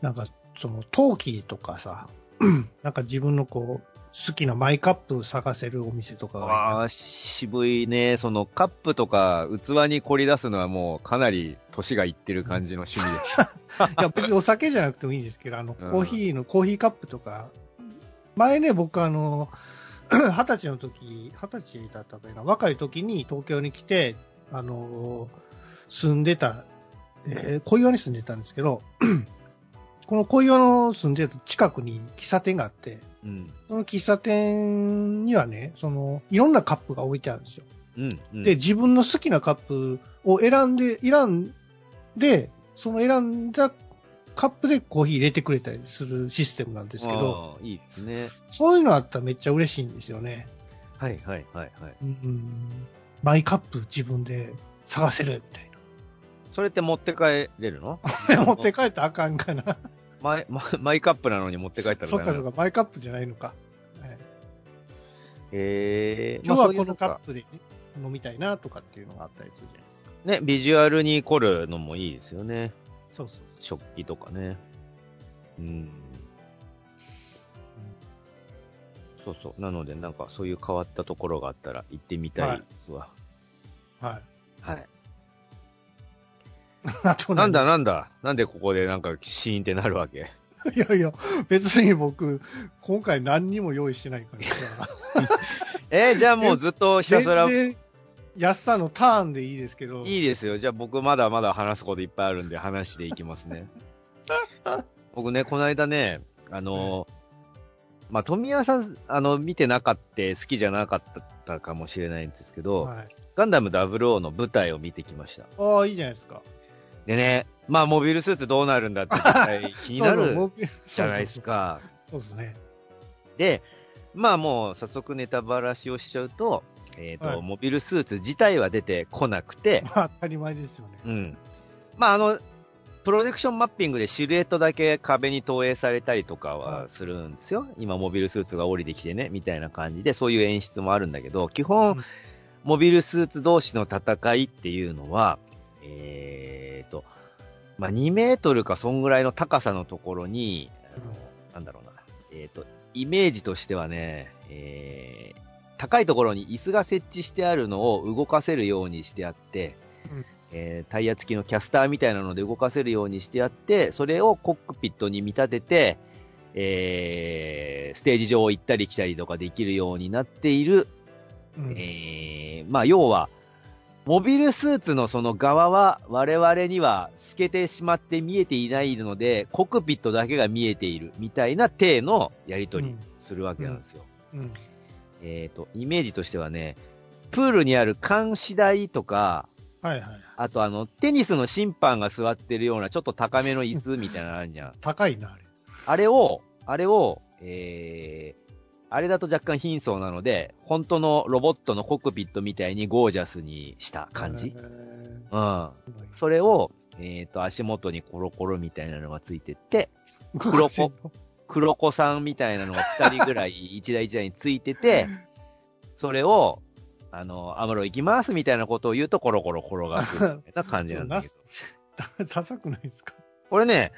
Speaker 1: なんか、その、陶器とかさ、 なんか自分のこう、好きなマイカップ探せるお店とか
Speaker 2: あ
Speaker 1: が
Speaker 2: あ、渋いね。そのカップとか器に凝り出すのはもうかなり年がいってる感じの趣味です。
Speaker 1: いいな。いや、別にお酒じゃなくてもいいんですけど、あの、
Speaker 2: うん
Speaker 1: コーヒーの、コーヒーカップとか、前ね、僕あの、 二十歳の時、二十歳だったかな、若い時に東京に来て、あの、住んでた、えー小岩に住んでたんですけど、 この小岩の住んでた近くに喫茶店があって、
Speaker 2: うん。
Speaker 1: その喫茶店にはね、その、いろんなカップが置いてあるんですよ。
Speaker 2: うん。うん
Speaker 1: で、、自分の好きなカップを選んで、選んで、その選んだカップでコーヒー入れてくれたりするシステムなんですけど、
Speaker 2: あー。いいですね。
Speaker 1: そういうのあったらめっちゃ嬉しいんですよね。
Speaker 2: はいはいはいはい。
Speaker 1: うん、マイカップ自分で探せるみたい
Speaker 2: それって持って帰れるの
Speaker 1: な。持って帰ったらあかんかな。
Speaker 2: マイマイマイカップなのに持って帰ったら
Speaker 1: そっかそっ
Speaker 2: か。
Speaker 1: か、マイカップじゃないのか。はい
Speaker 2: えー、
Speaker 1: 今日
Speaker 2: まあ
Speaker 1: はこのカッ
Speaker 2: そういう
Speaker 1: プでね飲みたいなとかっていうのがあったりするじゃないですか。
Speaker 2: のかね、ビジュアルに凝るのもいいですよね。
Speaker 1: そうそうそう。
Speaker 2: 食器とかね。うん。そうそう。なので、なんかそういう変わったところがあったら行ってみたいですわ。
Speaker 1: はい。
Speaker 2: はい。
Speaker 1: あとね
Speaker 2: なんだなんだなんでここでなんかシーンってなるわけ
Speaker 1: いやいや、別に僕、今回何にも用意してないからさ。
Speaker 2: えー じゃあもうずっとひたすら、い
Speaker 1: 全然安さのターンでいいですけど。
Speaker 2: いですよ。じゃあ僕まだまだ話すこといっぱいあるんで話していきます ね。僕ね、この間ね、あのー、まあ、富谷さん、あの、見てなかった、好きじゃなかったかもしれないんですけど、
Speaker 1: はい、
Speaker 2: ガンダム00の舞台を見てきました。
Speaker 1: ああ、いいじゃないですか。
Speaker 2: でね、まあ、モビルスーツどうなるんだって絶対気に
Speaker 1: そ
Speaker 2: な
Speaker 1: うそう
Speaker 2: る
Speaker 1: 僕
Speaker 2: じゃないですか。
Speaker 1: そうそうそうですね。
Speaker 2: で、まあもう早速ネタばらしをしちゃうと、えっ、と、
Speaker 1: はい
Speaker 2: モビルスーツ自体は出てこなくて、
Speaker 1: まあ、当たり前ですよね。
Speaker 2: うん。まああの、プロジェクションマッピングでシルエットだけ壁に投影されたりとかはするんですよ。今モビルスーツが降りてきてね、みたいな感じで、そういう演出もあるんだけど、基本、
Speaker 1: うん
Speaker 2: モビルスーツ同士の戦いっていうのは、えーと、まあ2メートルかそんぐらいの高さのところに、あの
Speaker 1: うん
Speaker 2: なんだろうな、えっ、と、イメージとしてはね、えー高いところに椅子が設置してあるのを動かせるようにしてあって、
Speaker 1: うん
Speaker 2: えータイヤ付きのキャスターみたいなので動かせるようにしてあって、それをコックピットに見立てて、えーステージ上を行ったり来たりとかできるようになっている、
Speaker 1: うん
Speaker 2: えーまあ、要は、モビルスーツのその側は我々には透けてしまって見えていないので、コックピットだけが見えているみたいな体のやり取りするわけなんですよ。
Speaker 1: うん
Speaker 2: えっ、と、イメージとしてはね、プールにある監視台とか、
Speaker 1: はいはい。
Speaker 2: あとあの、テニスの審判が座ってるようなちょっと高めの椅子みたいなのあるじゃん。
Speaker 1: 高いな、あれ。
Speaker 2: あれを、あれを、えー、あれだと若干貧相なので、本当のロボットのコックピットみたいにゴージャスにした感じ
Speaker 1: え。ー
Speaker 2: うん。それを、えっ、と、足元にコロコロみたいなのがついてって、黒子。黒子さんみたいなのが2人ぐらい一台一台についてて、それを、あの、アムロ行きますみたいなことを言うとコロコロ転がすみたいな感じなんだけど。
Speaker 1: ダサくないです か
Speaker 2: これね、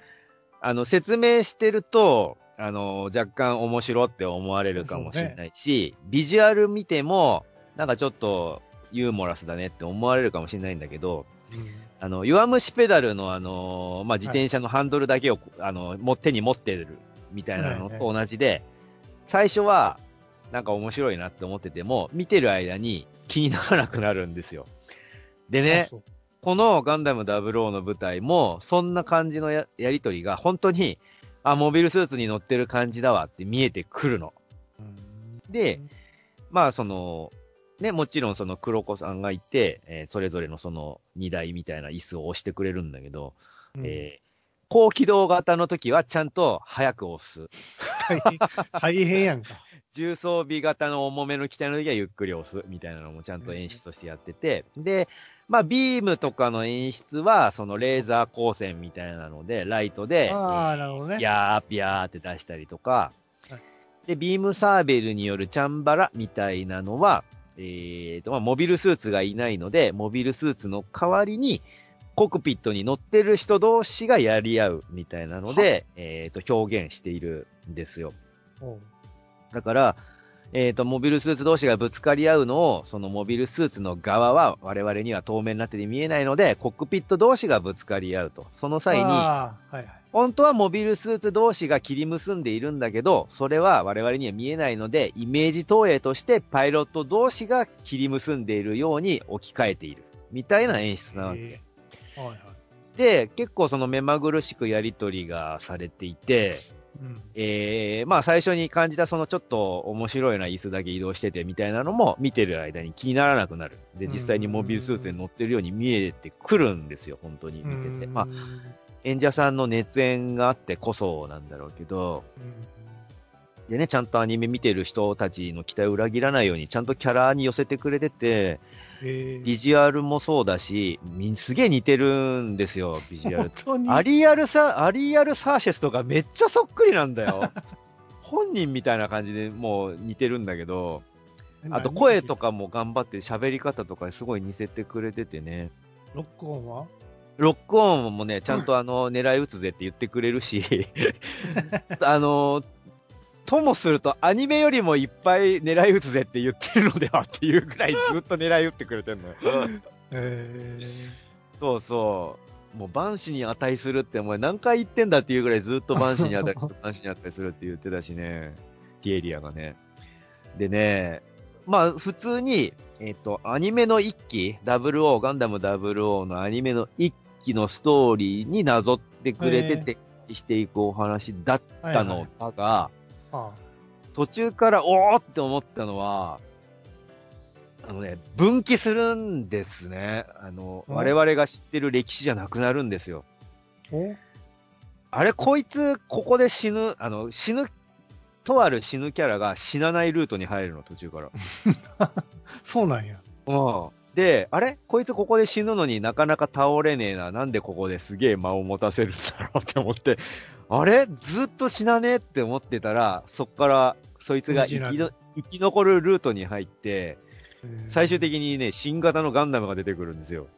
Speaker 2: あの、説明してると、あの、若干面白って思われるかもしれないし、ビジュアル見ても、なんかちょっとユーモラスだねって思われるかもしれないんだけど、あの、弱虫ペダルのあの、まあ、自転車のハンドルだけを、あの、もう手に持ってるみたいなのと同じで、最初は、なんか面白いなって思ってても、見てる間に気にならなくなるんですよ。でね
Speaker 1: あ、そう
Speaker 2: このガンダム00の舞台も、そんな感じのややりとりが、本当に、あ、モビルスーツに乗ってる感じだわって見えてくるの。
Speaker 1: うん
Speaker 2: で、まあ、その、ね、もちろんその黒子さんがいて、えーそれぞれのその荷台みたいな椅子を押してくれるんだけど、
Speaker 1: うん
Speaker 2: えー高機動型の時はちゃんと早く押す。
Speaker 1: 大変大変やん か。
Speaker 2: 重装備型の重めの機体の時はゆっくり押すみたいなのもちゃんと演出としてやってて、で、まあ、ビームとかの演出は、そのレーザー光線みたいなので、ライトで、
Speaker 1: ああ、なるほどね。
Speaker 2: ピヤーピヤーって出したりとか
Speaker 1: はい、
Speaker 2: で、ビームサーベルによるチャンバラみたいなのは、えーと、まあ、モビルスーツがいないので、モビルスーツの代わりに、コックピットに乗ってる人同士がやり合うみたいなので、えーと、表現しているんですよ。
Speaker 1: おう
Speaker 2: だから、えっ、と、モビルスーツ同士がぶつかり合うのを、そのモビルスーツの側は我々には透明になってて見えないので、コックピット同士がぶつかり合うと。その際に、
Speaker 1: ああ、はいはい。
Speaker 2: 本当はモビルスーツ同士が切り結んでいるんだけど、それは我々には見えないので、イメージ投影としてパイロット同士が切り結んでいるように置き換えている。みたいな演出なわけ
Speaker 1: えーはいはい。
Speaker 2: で、結構その目まぐるしくやりとりがされていて、
Speaker 1: うん
Speaker 2: えー、まあ最初に感じたそのちょっと面白いな椅子だけ移動しててみたいなのも見てる間に気にならなくなる。で、実際にモビルスーツに乗ってるように見えてくるんですよ、本当に見てて。まあ演者さんの熱演があってこそなんだろうけど、
Speaker 1: うん
Speaker 2: でね、ちゃんとアニメ見てる人たちの期待を裏切らないようにちゃんとキャラに寄せてくれてて、
Speaker 1: えー
Speaker 2: ビジュアルもそうだし、みすげえ似てるんですよ、ビジュアル
Speaker 1: 本当に。
Speaker 2: アリアルサ、アリアルサーシェスとかめっちゃそっくりなんだよ。本人みたいな感じでもう似てるんだけど、あと声とかも頑張って喋り方とかすごい似せてくれててね。
Speaker 1: ロックオンは
Speaker 2: ロックオンもね、ちゃんとあの、狙い撃つぜって言ってくれるし、あの、ともするとアニメよりもいっぱい狙い撃つぜって言ってるのではっていうくらいずっと狙い撃ってくれてんのよ。
Speaker 1: え
Speaker 2: そうそう。もう万死に値するって、お前何回言ってんだっていうぐらいずっと万死に値、万死に値するって言ってたしね。 ティエリアがね。でね、まあ普通に、えっ、と、アニメの一期、00、ガンダム00のアニメの一期のストーリーになぞってくれてて、していくお話だったのだが、
Speaker 1: ーあ
Speaker 2: 途中からおーって思ったのは、あのね、分岐するんですね。あの、
Speaker 1: うん
Speaker 2: 我々が知ってる歴史じゃなくなるんですよ。
Speaker 1: お
Speaker 2: あれ、こいつ、ここで死ぬ、あの、死ぬ、とある死ぬキャラが死なないルートに入るの、途中から。
Speaker 1: そうなんや。
Speaker 2: うん。で、あれこいつここで死ぬのになかなか倒れねえな。なんでここですげえ間を持たせるんだろうって思って、あれずっと死なねえって思ってたら、そっから、そいつが生
Speaker 1: 無
Speaker 2: き
Speaker 1: 事な
Speaker 2: の生き残るルートに入って、
Speaker 1: えー
Speaker 2: 最終的にね、新型のガンダムが出てくるんですよ。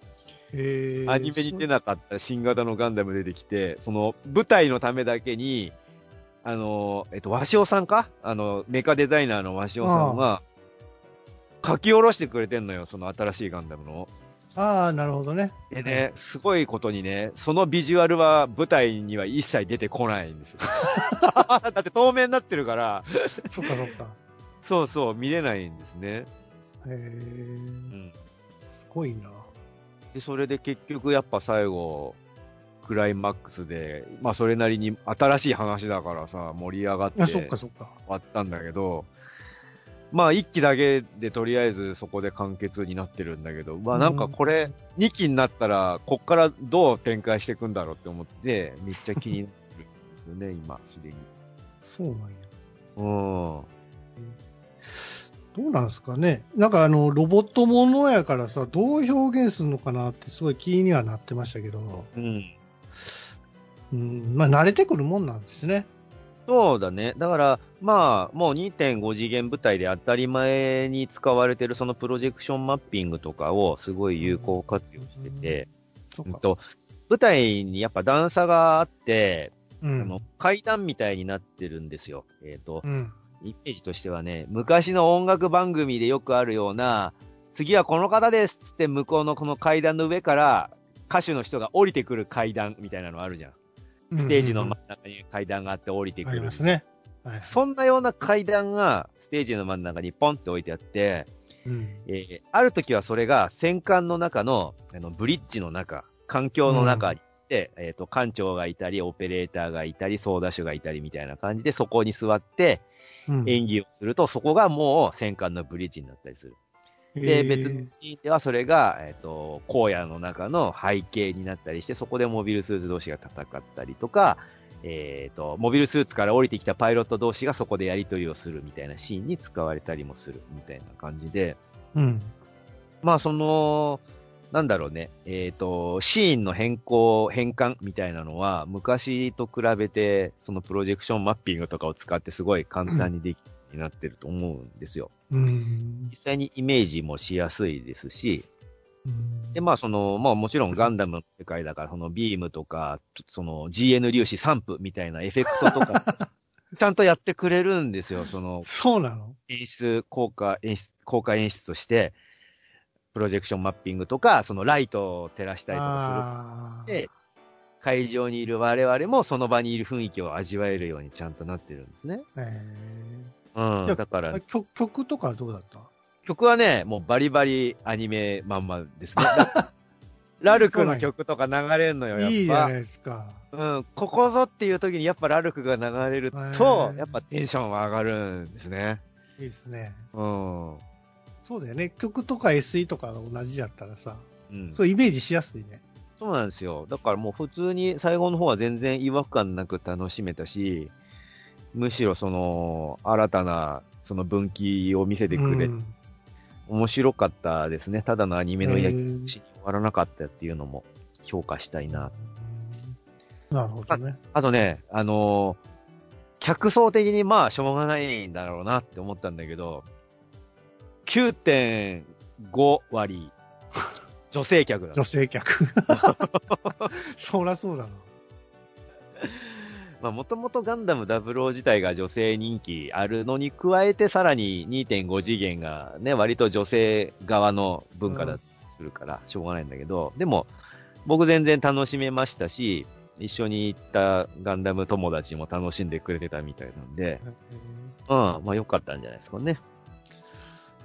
Speaker 1: えー
Speaker 2: アニメに出なかった新型のガンダム出てきて、その舞台のためだけに、あの、えっと、和尾さんかあの、メカデザイナーの和尾さんが、書き下ろしてくれてんのよ、その新しいガンダムの。
Speaker 1: ああ、なるほどね。
Speaker 2: でね、すごいことにね、そのビジュアルは舞台には一切出てこないんですよ。 だって透明になってるから、
Speaker 1: そっかそっか。
Speaker 2: そうそう、見れないんですね。
Speaker 1: え
Speaker 2: う
Speaker 1: ー、
Speaker 2: ん、
Speaker 1: すごいな。
Speaker 2: で、それで結局やっぱ最後、クライマックスで、まあそれなりに新しい話だからさ、盛り上がって
Speaker 1: あ、そ
Speaker 2: 終
Speaker 1: っかそっか。
Speaker 2: わったんだけど、まあ一期だけでとりあえずそこで完結になってるんだけど、まあなんかこれ二期になったらこっからどう展開していくんだろうって思って、めっちゃ気になってるんですよね、今、すでに。
Speaker 1: そうなんや。
Speaker 2: うん。
Speaker 1: どうなんですかね。なんかあの、ロボットものやからさ、どう表現するのかなってすごい気にはなってましたけど、
Speaker 2: うん。
Speaker 1: うん、まあ慣れてくるもんなんですね。
Speaker 2: そうだね。だから、まあ、もう2.5次元舞台で当たり前に使われてるそのプロジェクションマッピングとかをすごい有効活用してて、
Speaker 1: そっ
Speaker 2: うん
Speaker 1: か。
Speaker 2: と、舞台にやっぱ段差があって、
Speaker 1: う
Speaker 2: あの
Speaker 1: ん。
Speaker 2: 階段みたいになってるんですよ。えっ、と、
Speaker 1: うん。
Speaker 2: イメージとしてはね、昔の音楽番組でよくあるような、次はこの方ですっつって向こうのこの階段の上から歌手の人が降りてくる階段みたいなのあるじゃん。ステージの
Speaker 1: うん
Speaker 2: 真ん中に階段があって降りて
Speaker 1: あ
Speaker 2: く
Speaker 1: り
Speaker 2: る。
Speaker 1: ますね。はい。
Speaker 2: そんなような階段がステージの真ん中にポンって置いてあって、
Speaker 1: うん。
Speaker 2: えーある時はそれが戦艦の中のあのブリッジの中、環境の中に行って、えっ、と、艦長がいたり、オペレーターがいたり、操舵手がいたりみたいな感じで、そこに座って
Speaker 1: うん
Speaker 2: 演技をすると、そこがもう戦艦のブリッジになったりする。で、別のシーンではそれが、えっ、と、荒野の中の背景になったりして、そこでモビルスーツ同士が戦ったりとか、えっ、と、モビルスーツから降りてきたパイロット同士がそこでやり取りをするみたいなシーンに使われたりもするみたいな感じで、
Speaker 1: うん。
Speaker 2: まあその、なんだろうね、えっ、と、シーンの変更、変換みたいなのは、昔と比べて、そのプロジェクションマッピングとかを使ってすごい簡単にできるようになってると思うんですよ。
Speaker 1: うん。
Speaker 2: 実際にイメージもしやすいですし、
Speaker 1: うん
Speaker 2: で、まあ、その、まあ、もちろんガンダムの世界だから、そのビームとか、その GN 粒子散布みたいなエフェクトと か、ちゃんとやってくれるんですよ。その、
Speaker 1: そうなの
Speaker 2: 演出、効果、演出、効果演出として、プロジェクションマッピングとか、そのライトを照らしたりとか
Speaker 1: あ
Speaker 2: す
Speaker 1: あ
Speaker 2: るので、会場にいる我々もその場にいる雰囲気を味わえるようにちゃんとなってるんですね。
Speaker 1: ー。え
Speaker 2: うん
Speaker 1: じゃあ。
Speaker 2: だか
Speaker 1: え
Speaker 2: ら、
Speaker 1: 曲曲とかはどうだった
Speaker 2: 曲はね、もうバリバリアニメまんまですね。 だラルクの曲とか流れんのよ、やっぱ。
Speaker 1: いいじゃないですか。
Speaker 2: うん、ここぞっていう時にやっぱラルクが流れる
Speaker 1: へ
Speaker 2: と
Speaker 1: ー、
Speaker 2: やっぱテンションは上がるんですね。
Speaker 1: いいですね。
Speaker 2: うん。う
Speaker 1: そうだよね。曲とか SE とかが同じだったらさ、
Speaker 2: ん、
Speaker 1: そうイメージしやすいね。
Speaker 2: そうなんですよ。だからもう普通に最後の方は全然違和感なく楽しめたし、むしろその新たなその分岐を見せてくれ、
Speaker 1: うん
Speaker 2: 面白かったですね。ただのアニメの
Speaker 1: へ
Speaker 2: やり
Speaker 1: ー
Speaker 2: 直しに終わらなかったっていうのも評価したいな。
Speaker 1: なるほどね。
Speaker 2: あとね、あのー客層的にまあしょうがないんだろうなって思ったんだけど、9.5割、女性客 だった
Speaker 1: 女性客。そらそうだな。
Speaker 2: まあ、もともとガンダム00自体が女性人気あるのに加えて、さらに2.5次元がね、割と女性側の文化だとするから、しょうがないんだけど、でも、僕全然楽しめましたし、一緒に行ったガンダム友達も楽しんでくれてたみたいなんで、うん、まあ良かったんじゃないですかね。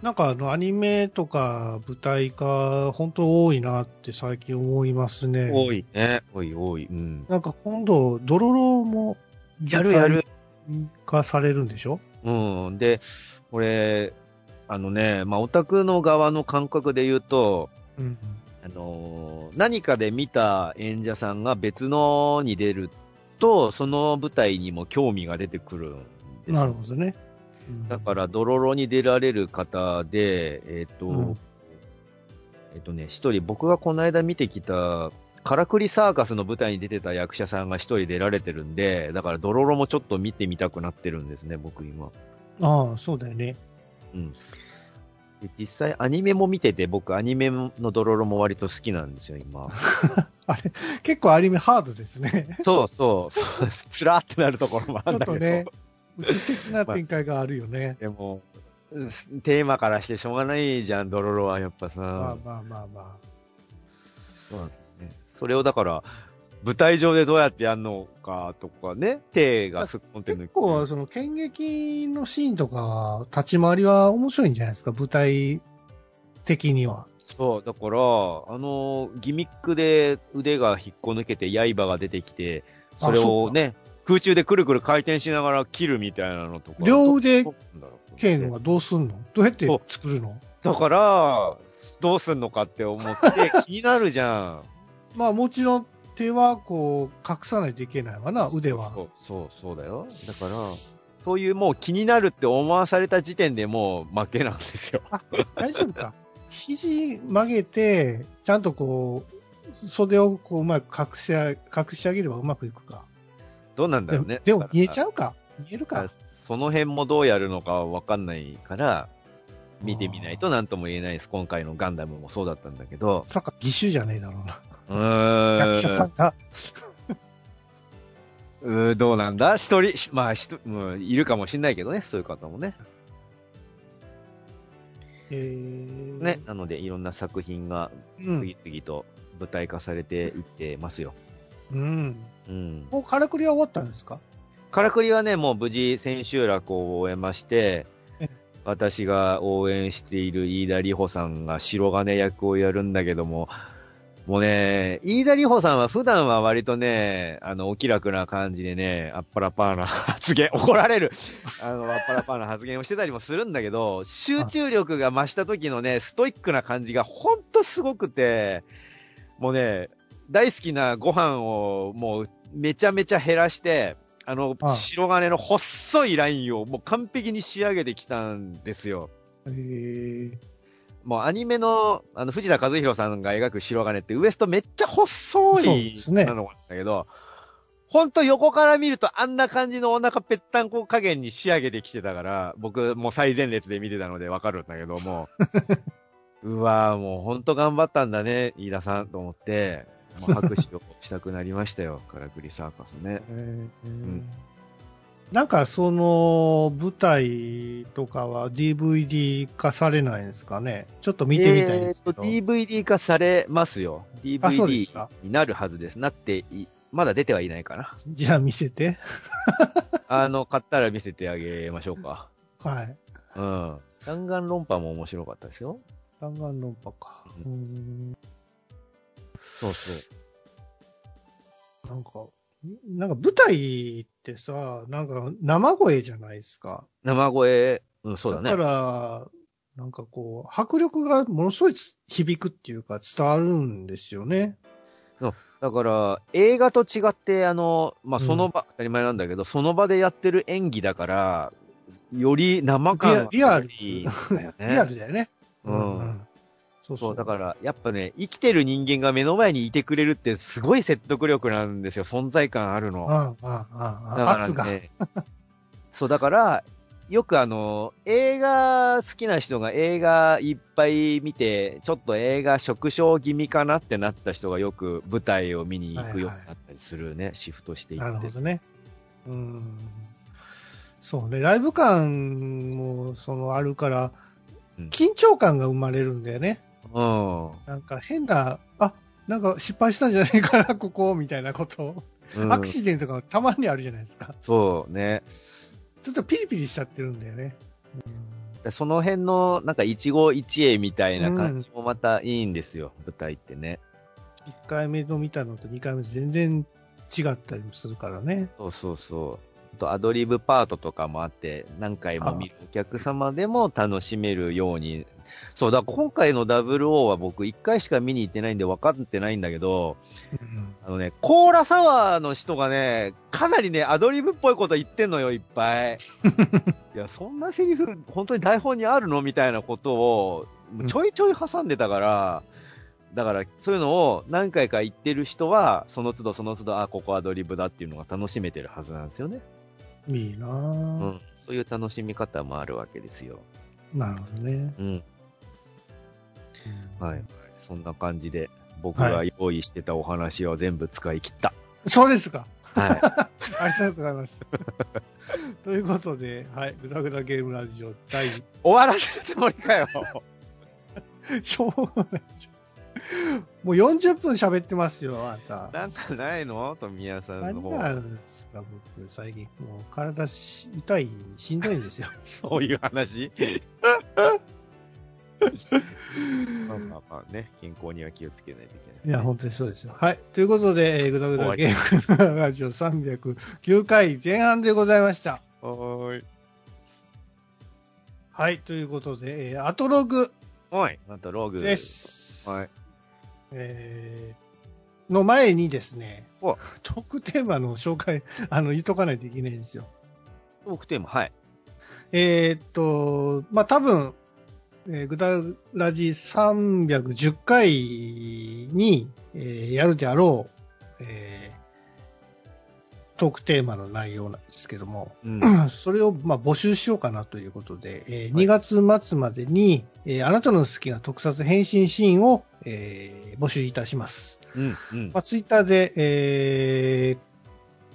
Speaker 1: なんかあのアニメとか舞台化、本当多いなって最近思いますね。
Speaker 2: 多いね。多い多い。うん。
Speaker 1: なんか今度、ドロロも
Speaker 2: やるやる。
Speaker 1: 舞台化されるんでしょ
Speaker 2: うん。で、これ、あのね、まあ、オタクの側の感覚で言うと、
Speaker 1: うん。
Speaker 2: あのー何かで見た演者さんが別のに出ると、その舞台にも興味が出てくるんです。
Speaker 1: なるほどね。うん
Speaker 2: だから、ドロロに出られる方で、えっ、と、
Speaker 1: うん
Speaker 2: えっ、とね、一人、僕がこの間見てきた、カラクリサーカスの舞台に出てた役者さんが一人出られてるんで、だからドロロもちょっと見てみたくなってるんですね、僕今。
Speaker 1: ああ、そうだよね。
Speaker 2: で実際アニメも見てて、僕アニメのドロロも割と好きなんですよ、 今。
Speaker 1: 結構アニメハードです ね。
Speaker 2: そうそう、そうつらーってなるところもあ
Speaker 1: ち
Speaker 2: る
Speaker 1: ょっ
Speaker 2: んだけ
Speaker 1: と
Speaker 2: ど。
Speaker 1: ね、うつ的な展開があるよね。
Speaker 2: でも、うんテーマからしてしょうがないじゃん、ドロロはやっぱさ。
Speaker 1: まあまあまあま
Speaker 2: ねそれをだから、舞台上でどうやってやるのかとかね、手がすっこん
Speaker 1: あ。
Speaker 2: で抜
Speaker 1: 結
Speaker 2: く。
Speaker 1: 構、その、剣撃のシーンとかは、立ち回りは面白いんじゃないですか、舞台的には。
Speaker 2: そう、だから、あのギミックで腕が引っこ抜けて刃が出てきて、それをね、空中でくるくる回転しながら切るみたいなのとか。
Speaker 1: 両腕
Speaker 2: どうなんだろう
Speaker 1: 剣はどうすんのどうやって作るの
Speaker 2: だから、どうすんのかって思って 気になるじゃん。
Speaker 1: まあもちろん手はこう隠さないといけないわな、腕は。
Speaker 2: そうそうそうだよ。だから、そういうもう気になるって思わされた時点でもう負けなんですよ。
Speaker 1: 大丈夫か。肘曲げて、ちゃんとこう、袖をこううまく隠しあ隠し上げればうまくいくか。
Speaker 2: どうなんだ
Speaker 1: で
Speaker 2: ろう
Speaker 1: も
Speaker 2: ね。
Speaker 1: でも見えち
Speaker 2: ゃ
Speaker 1: ゃうか。見えるか。
Speaker 2: その辺もどうやるのかはわかんないから、見てみないと何とも言えないです。今回のガンダムもそうだったんだけど。
Speaker 1: さか義手じゃねえだろうな。
Speaker 2: うーん。
Speaker 1: 役者さん が。
Speaker 2: うーんどうなんだ一人、しまあ、一人うんいるかもしんないけどね、そういう方もね。
Speaker 1: えー、
Speaker 2: ね。。なので、いろんな作品が
Speaker 1: うん。
Speaker 2: 次々と舞台化されていってますよ。
Speaker 1: うん。
Speaker 2: うん。
Speaker 1: もうからくりは終わったんですか
Speaker 2: カラクリはね、もう無事千秋楽を終えまして
Speaker 1: え、
Speaker 2: 私が応援している飯田里穂さんが白金役をやるんだけども、もうね、飯田里穂さんは普段は割とね、あの、お気楽な感じでね、あっぱらぱーな 発言、怒られる、あの、あっぱらぱーな 発言をしてたりもするんだけど、集中力が増した時のね、ストイックな感じがほんとすごくて、もうね、大好きなご飯をもうめちゃめちゃ減らして、あの、
Speaker 1: ああ
Speaker 2: 白金の細いラインをもう完璧に仕上げてきたんですよ。
Speaker 1: えー、
Speaker 2: もうアニメの、あの、藤田和弘さんが描く白金ってウエストめっちゃ細
Speaker 1: そう
Speaker 2: い
Speaker 1: ですね
Speaker 2: なのがあったけど、ほんと横から見るとあんな感じのお腹ぺったんこ加減に仕上げてきてたから、僕もう最前列で見てたのでわかるんだけども、 うわぁ、もうほんと頑張ったんだね、飯田さんと思って、もう拍手をしたくなりましたよ、 カラクリサーカスね。
Speaker 1: えーなんかその舞台とかは DVD 化されないんですかねちょっと見てみたいんですけど。
Speaker 2: えーと DVD 化されますよ。
Speaker 1: あ、そうで
Speaker 2: DVD
Speaker 1: すか。
Speaker 2: になるはずです。なってい、まだ出てはいないかな。
Speaker 1: じゃあ見せて。
Speaker 2: あの、買ったら見せてあげましょ うか。
Speaker 1: はい。
Speaker 2: うん。弾丸論破も面白かったですよ。
Speaker 1: 弾丸論破か。うーん。
Speaker 2: そうそう。
Speaker 1: なんか、なんか舞台ってさ、なんか生声じゃないですか。
Speaker 2: 生声、うん、そうだね。
Speaker 1: から、なんかこう、迫力がものすごい響くっていうか伝わるんですよね。
Speaker 2: だから、映画と違って、あの、まあ、その場、当たり前なんだけど、その場でやってる演技だから、より生感は
Speaker 1: リアリアル
Speaker 2: いいんだよね。
Speaker 1: リアルだよね。
Speaker 2: うん
Speaker 1: そうそ。
Speaker 2: そうう、だから、やっぱね、生きてる人間が目の前にいてくれるって、すごい説得力なんですよ。存在感あるの。
Speaker 1: ああ、ああ、あ
Speaker 2: だ
Speaker 1: あ、
Speaker 2: か
Speaker 1: 圧
Speaker 2: ら
Speaker 1: が。
Speaker 2: ね、 そう、だから、よくあの、映画好きな人が映画いっぱい見て、ちょっと映画縮小気味かなってなった人がよく舞台を見に行くようになったりするね、シフトしてい
Speaker 1: なる
Speaker 2: っ
Speaker 1: ほ
Speaker 2: て。
Speaker 1: どね。うん。そうね、ライブ感も、その、あるから
Speaker 2: うん、
Speaker 1: 緊張感が生まれるんだよね。
Speaker 2: うん。
Speaker 1: なんか変な、あ、なんか失敗したんじゃないかな、 ここ、みたいなこと。
Speaker 2: うん
Speaker 1: アクシデントがたまにあるじゃないですか。
Speaker 2: そうね。
Speaker 1: ちょっとピリピリしちゃってるんだよね。
Speaker 2: その辺の、なんか一期一会みたいな感じもまたいいんですよ、舞台ってね。
Speaker 1: 1回目の見たのと2回目全然違ったりもするからね。
Speaker 2: そうそうそう。とアドリブパートとかもあって、何回も見るお客様でも楽しめるように。そう、だから今回の WO は僕1回しか見に行ってないんで分かってないんだけど、
Speaker 1: うん
Speaker 2: あのね、コーラサワーの人がね、かなりね、アドリブっぽいこと言ってんのよ、いっ ぱい。いや、そんなセリフ、本当に台本にあるのみたいなことを、ちょいちょい挟んでたから、だから、そういうのを何回か言ってる人は、その都度その都度、あ、ここアドリブだっていうのが楽しめてるはずなんですよね。
Speaker 1: いいな
Speaker 2: う
Speaker 1: ぁ
Speaker 2: ん。そういう楽しみ方もあるわけですよ。
Speaker 1: なるほどね。
Speaker 2: うん。はい。そんな感じで、僕
Speaker 1: は
Speaker 2: が用意してたお話を全部使い切った。
Speaker 1: そうですか。
Speaker 2: はい。
Speaker 1: ありがとうございます。ということで、はい、ぐだぐだゲームラジオ第、
Speaker 2: 終わらせるつもりかよ。
Speaker 1: しょうがない。もう40分喋ってますよ、あんた。
Speaker 2: なんかないの富谷さんの
Speaker 1: 何
Speaker 2: 方
Speaker 1: な
Speaker 2: は。
Speaker 1: んですか、僕、最近。もう体し痛い、しんどいん ですよ。
Speaker 2: そういう 話まあまあまあね、健康には気をつけないといけない。
Speaker 1: いや、本当にそうですよ。はい。ということで、えーぐだぐだゲームラジオ309回前半でございました。
Speaker 2: はーい。
Speaker 1: はい。ということで、えーアトログ
Speaker 2: おい、なんとログ。
Speaker 1: です。
Speaker 2: はい。
Speaker 1: えーの前にですね
Speaker 2: お、
Speaker 1: トークテーマの紹介、あの、言っとかないといけないんですよ。
Speaker 2: トークテーマ、はい。
Speaker 1: えーっと、まあ、多分、えー、ぐだらじ310回に、えーやるであろう、えートークテーマの内容なんですけども、
Speaker 2: うん。
Speaker 1: それをまあ募集しようかなということで、えー
Speaker 2: は
Speaker 1: 2
Speaker 2: い
Speaker 1: 月末までに、えーあなたの好きな特撮変身シーンを、えー募集いたします。
Speaker 2: うん。うん。
Speaker 1: まあ、ツイッターで、えー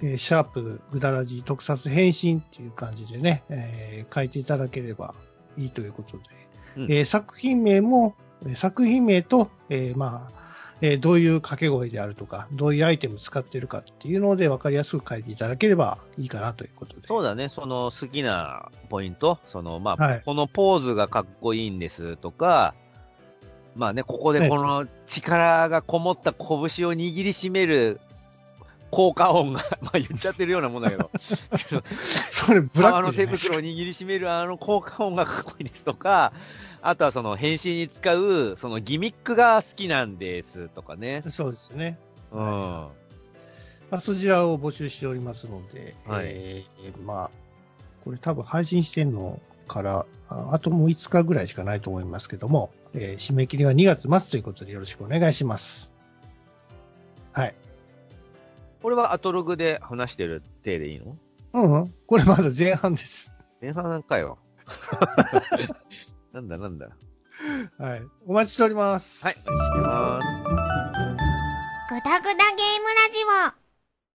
Speaker 1: えーシャープ、ぐだらじ、特撮変身っていう感じでね、えー書いていただければいいということで、
Speaker 2: うん
Speaker 1: えー作品名も、えー作品名と、えーまあ、えーどういう掛け声であるとか、どういうアイテム使ってるかっていうので分かりやすく書いていただければいいかなということで。
Speaker 2: そうだね、その好きなポイント、その、まあ、
Speaker 1: はい
Speaker 2: このポーズがかっこいいんですとか、まあね、ここでこの力がこもった拳を握りしめる効果音が、 まあ言っちゃってるようなもんだけど、
Speaker 1: それブラ
Speaker 2: あ
Speaker 1: ッ
Speaker 2: の
Speaker 1: クじゃ
Speaker 2: 手
Speaker 1: ないです
Speaker 2: 袋
Speaker 1: か
Speaker 2: を。握りしめるあの効果音がかっこいいですとか、あとはその変身に使う、そのギミックが好きなんですとかね。
Speaker 1: そうですね。
Speaker 2: うん。
Speaker 1: はまあ、そちらを募集しておりますので、
Speaker 2: はい
Speaker 1: えーまあ、これ多分配信してるのから、ああともう5日ぐらいしかないと思いますけども、えー締め切りは2月末ということでよろしくお願いします。はい。
Speaker 2: これはアトログで話してる体でいいの
Speaker 1: うん、うん、これまだ前半です。
Speaker 2: 前半かよ。 なんだなんだ。
Speaker 1: はい。お待ちしております。
Speaker 2: はい、お待ちしてます。
Speaker 3: ぐだぐだゲームラジオ